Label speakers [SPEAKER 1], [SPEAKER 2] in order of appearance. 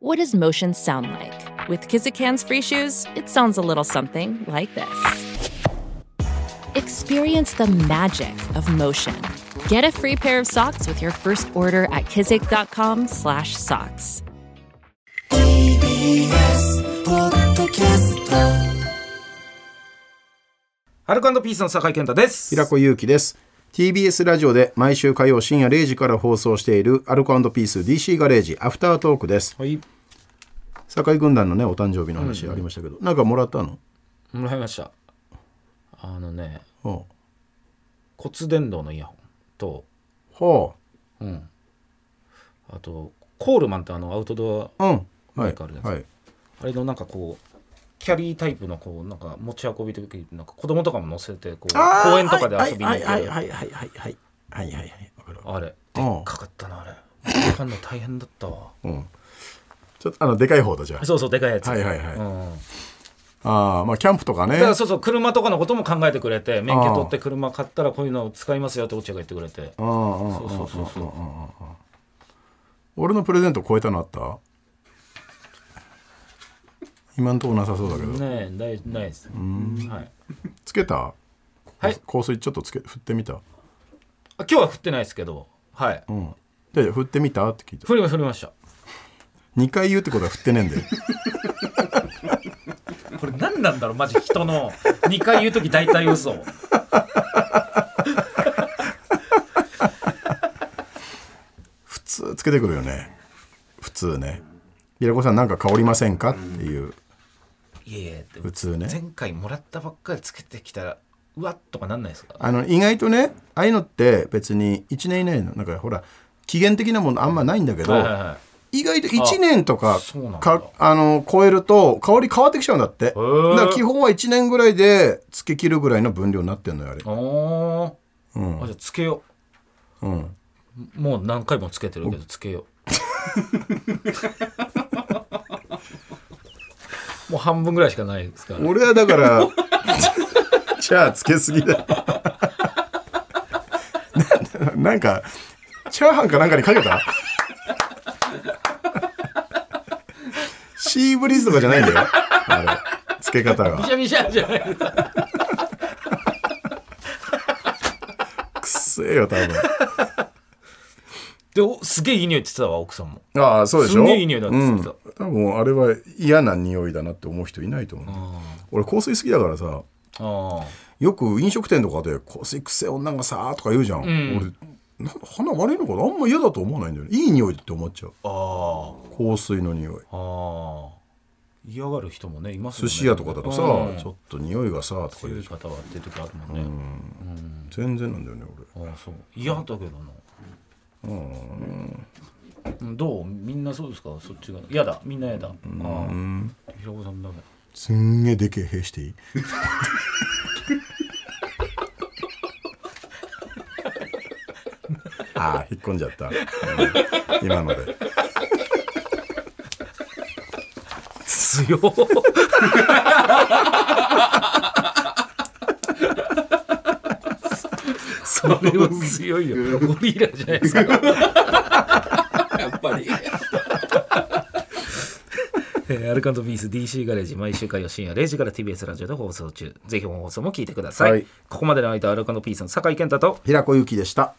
[SPEAKER 1] What does motion sound like? With Kizikans free shoes, it sounds a little something like this. Experience the magic of motion. Get a free pair of socks with your first order at kizik.com/socks.
[SPEAKER 2] TBS ポッドキャスト
[SPEAKER 3] ハルカピースの酒井健太です。
[SPEAKER 4] 平子祐希です TBS ラジオで毎週火曜深夜0時から放送しているアルコピース DC ガレージアフタートークです
[SPEAKER 3] はい、
[SPEAKER 4] 酒井軍団のねお誕生日の話ありましたけど、なんかもらったの
[SPEAKER 3] もらいました。あのね、
[SPEAKER 4] は
[SPEAKER 3] 骨伝導のイヤホンと、
[SPEAKER 4] あ、は
[SPEAKER 3] あと、コールマンってあのアウトドア、
[SPEAKER 4] あ、うん
[SPEAKER 3] な
[SPEAKER 4] は
[SPEAKER 3] ん
[SPEAKER 4] い
[SPEAKER 3] かあるじゃない
[SPEAKER 4] はい
[SPEAKER 3] あれのなんかこう、キャリータイプのこう、なんか持ち運びとき、なんか子供とかも乗せて、こう、公園とかで遊びに行ける。
[SPEAKER 4] はいはいはいはいはいはいはいはいわかる
[SPEAKER 3] あれ、
[SPEAKER 4] う
[SPEAKER 3] で
[SPEAKER 4] ん
[SPEAKER 3] っかかったな、あれ。分かんの大変だったわ。
[SPEAKER 4] ちょっとあのでかい方だじゃ
[SPEAKER 3] そうそう、でかいやつ。
[SPEAKER 4] あはいはいはい、
[SPEAKER 3] うん
[SPEAKER 4] ああまあキャンプとかね
[SPEAKER 3] だからそうそう車とかのことも考えてくれて免許取って車買ったらこういうのを使いますよって落合が言ってくれて
[SPEAKER 4] ああああ
[SPEAKER 3] そうそうそうそう
[SPEAKER 4] 俺のプレゼント超えたのあった今んとこなさそうだけど、
[SPEAKER 3] ねえないないですはい
[SPEAKER 4] つけた
[SPEAKER 3] はい
[SPEAKER 4] 香水ちょっとつけ振ってみた
[SPEAKER 3] あ今日は降ってないですけどはい
[SPEAKER 4] で振ってみたって聞いた
[SPEAKER 3] 降りま降りました
[SPEAKER 4] 2回言うってことは振ってねえんだ よ
[SPEAKER 3] これ何なんだろうマジ人の2回言う時大体嘘
[SPEAKER 4] 普通つけてくるよね普通ね平子さんなんか香りませんかっていう
[SPEAKER 3] いやいやでも
[SPEAKER 4] 普通ね
[SPEAKER 3] 前回もらったばっかりつけてきたらうわっとかなんないですか
[SPEAKER 4] あの意外とねああいうのって別に1年以内のなんかほら期限的なものあんまないんだけど、
[SPEAKER 3] はいはいはい
[SPEAKER 4] 意外と1年とか
[SPEAKER 3] あそうなんだ
[SPEAKER 4] かあの超えると香り変わってきちゃうんだってだ
[SPEAKER 3] ー
[SPEAKER 4] から基本は1年ぐらいでつけ切るぐらいの分量になってんのよあれ
[SPEAKER 3] おーあじゃあつけよ
[SPEAKER 4] うん
[SPEAKER 3] うもう何回もつけてるけどつけよう もう半分ぐらいしかないです から
[SPEAKER 4] 俺はだからじゃあつけすぎだななんかチャーハンかなんかにかけたシーブリーズとかじゃないんだよあれつけ方
[SPEAKER 3] び
[SPEAKER 4] が
[SPEAKER 3] しゃびしゃじゃない
[SPEAKER 4] くっせえよ多分
[SPEAKER 3] でおすげえいい匂いって言ってたわ奥さんも
[SPEAKER 4] ああそうでし
[SPEAKER 3] す
[SPEAKER 4] ょ
[SPEAKER 3] んげえいい匂いだって言ってた
[SPEAKER 4] うん、多分あれは嫌な匂いだなって思う人いないと思う俺香水好きだからさ
[SPEAKER 3] ああ
[SPEAKER 4] よく飲食店とかで「香水くせえ女がさ」とか言うじゃん、俺なんか鼻悪いのかなあんま嫌だと思わないんだよねいい匂いって思っちゃう
[SPEAKER 3] あ
[SPEAKER 4] 香水の匂い
[SPEAKER 3] あああ嫌がる人もねいますもん
[SPEAKER 4] 寿
[SPEAKER 3] ね
[SPEAKER 4] 司屋とかだとさ、
[SPEAKER 3] うん
[SPEAKER 4] ちょっと匂いがさとか
[SPEAKER 3] そうい
[SPEAKER 4] 言
[SPEAKER 3] うう
[SPEAKER 4] じ
[SPEAKER 3] 方はっていう時あるもんね、
[SPEAKER 4] ゃん全然なんだよね俺
[SPEAKER 3] ああそう嫌だけどなうんどうみんなそうですかそっちが嫌だみんな嫌だうん平子さんダメ
[SPEAKER 4] すんげえでけえ兵していい ああ引っ込んじゃった、うん今ので
[SPEAKER 3] 強っそれは強いよゴリラじゃないですかやっぱりアルカンドビース DC ガレージ毎週火曜深夜0時から TBS ラジオで放送中ぜひ本放送も聞いてください、
[SPEAKER 4] はい
[SPEAKER 3] ここまでの間アルカンドピースの酒井健太と
[SPEAKER 4] 平子ゆきでした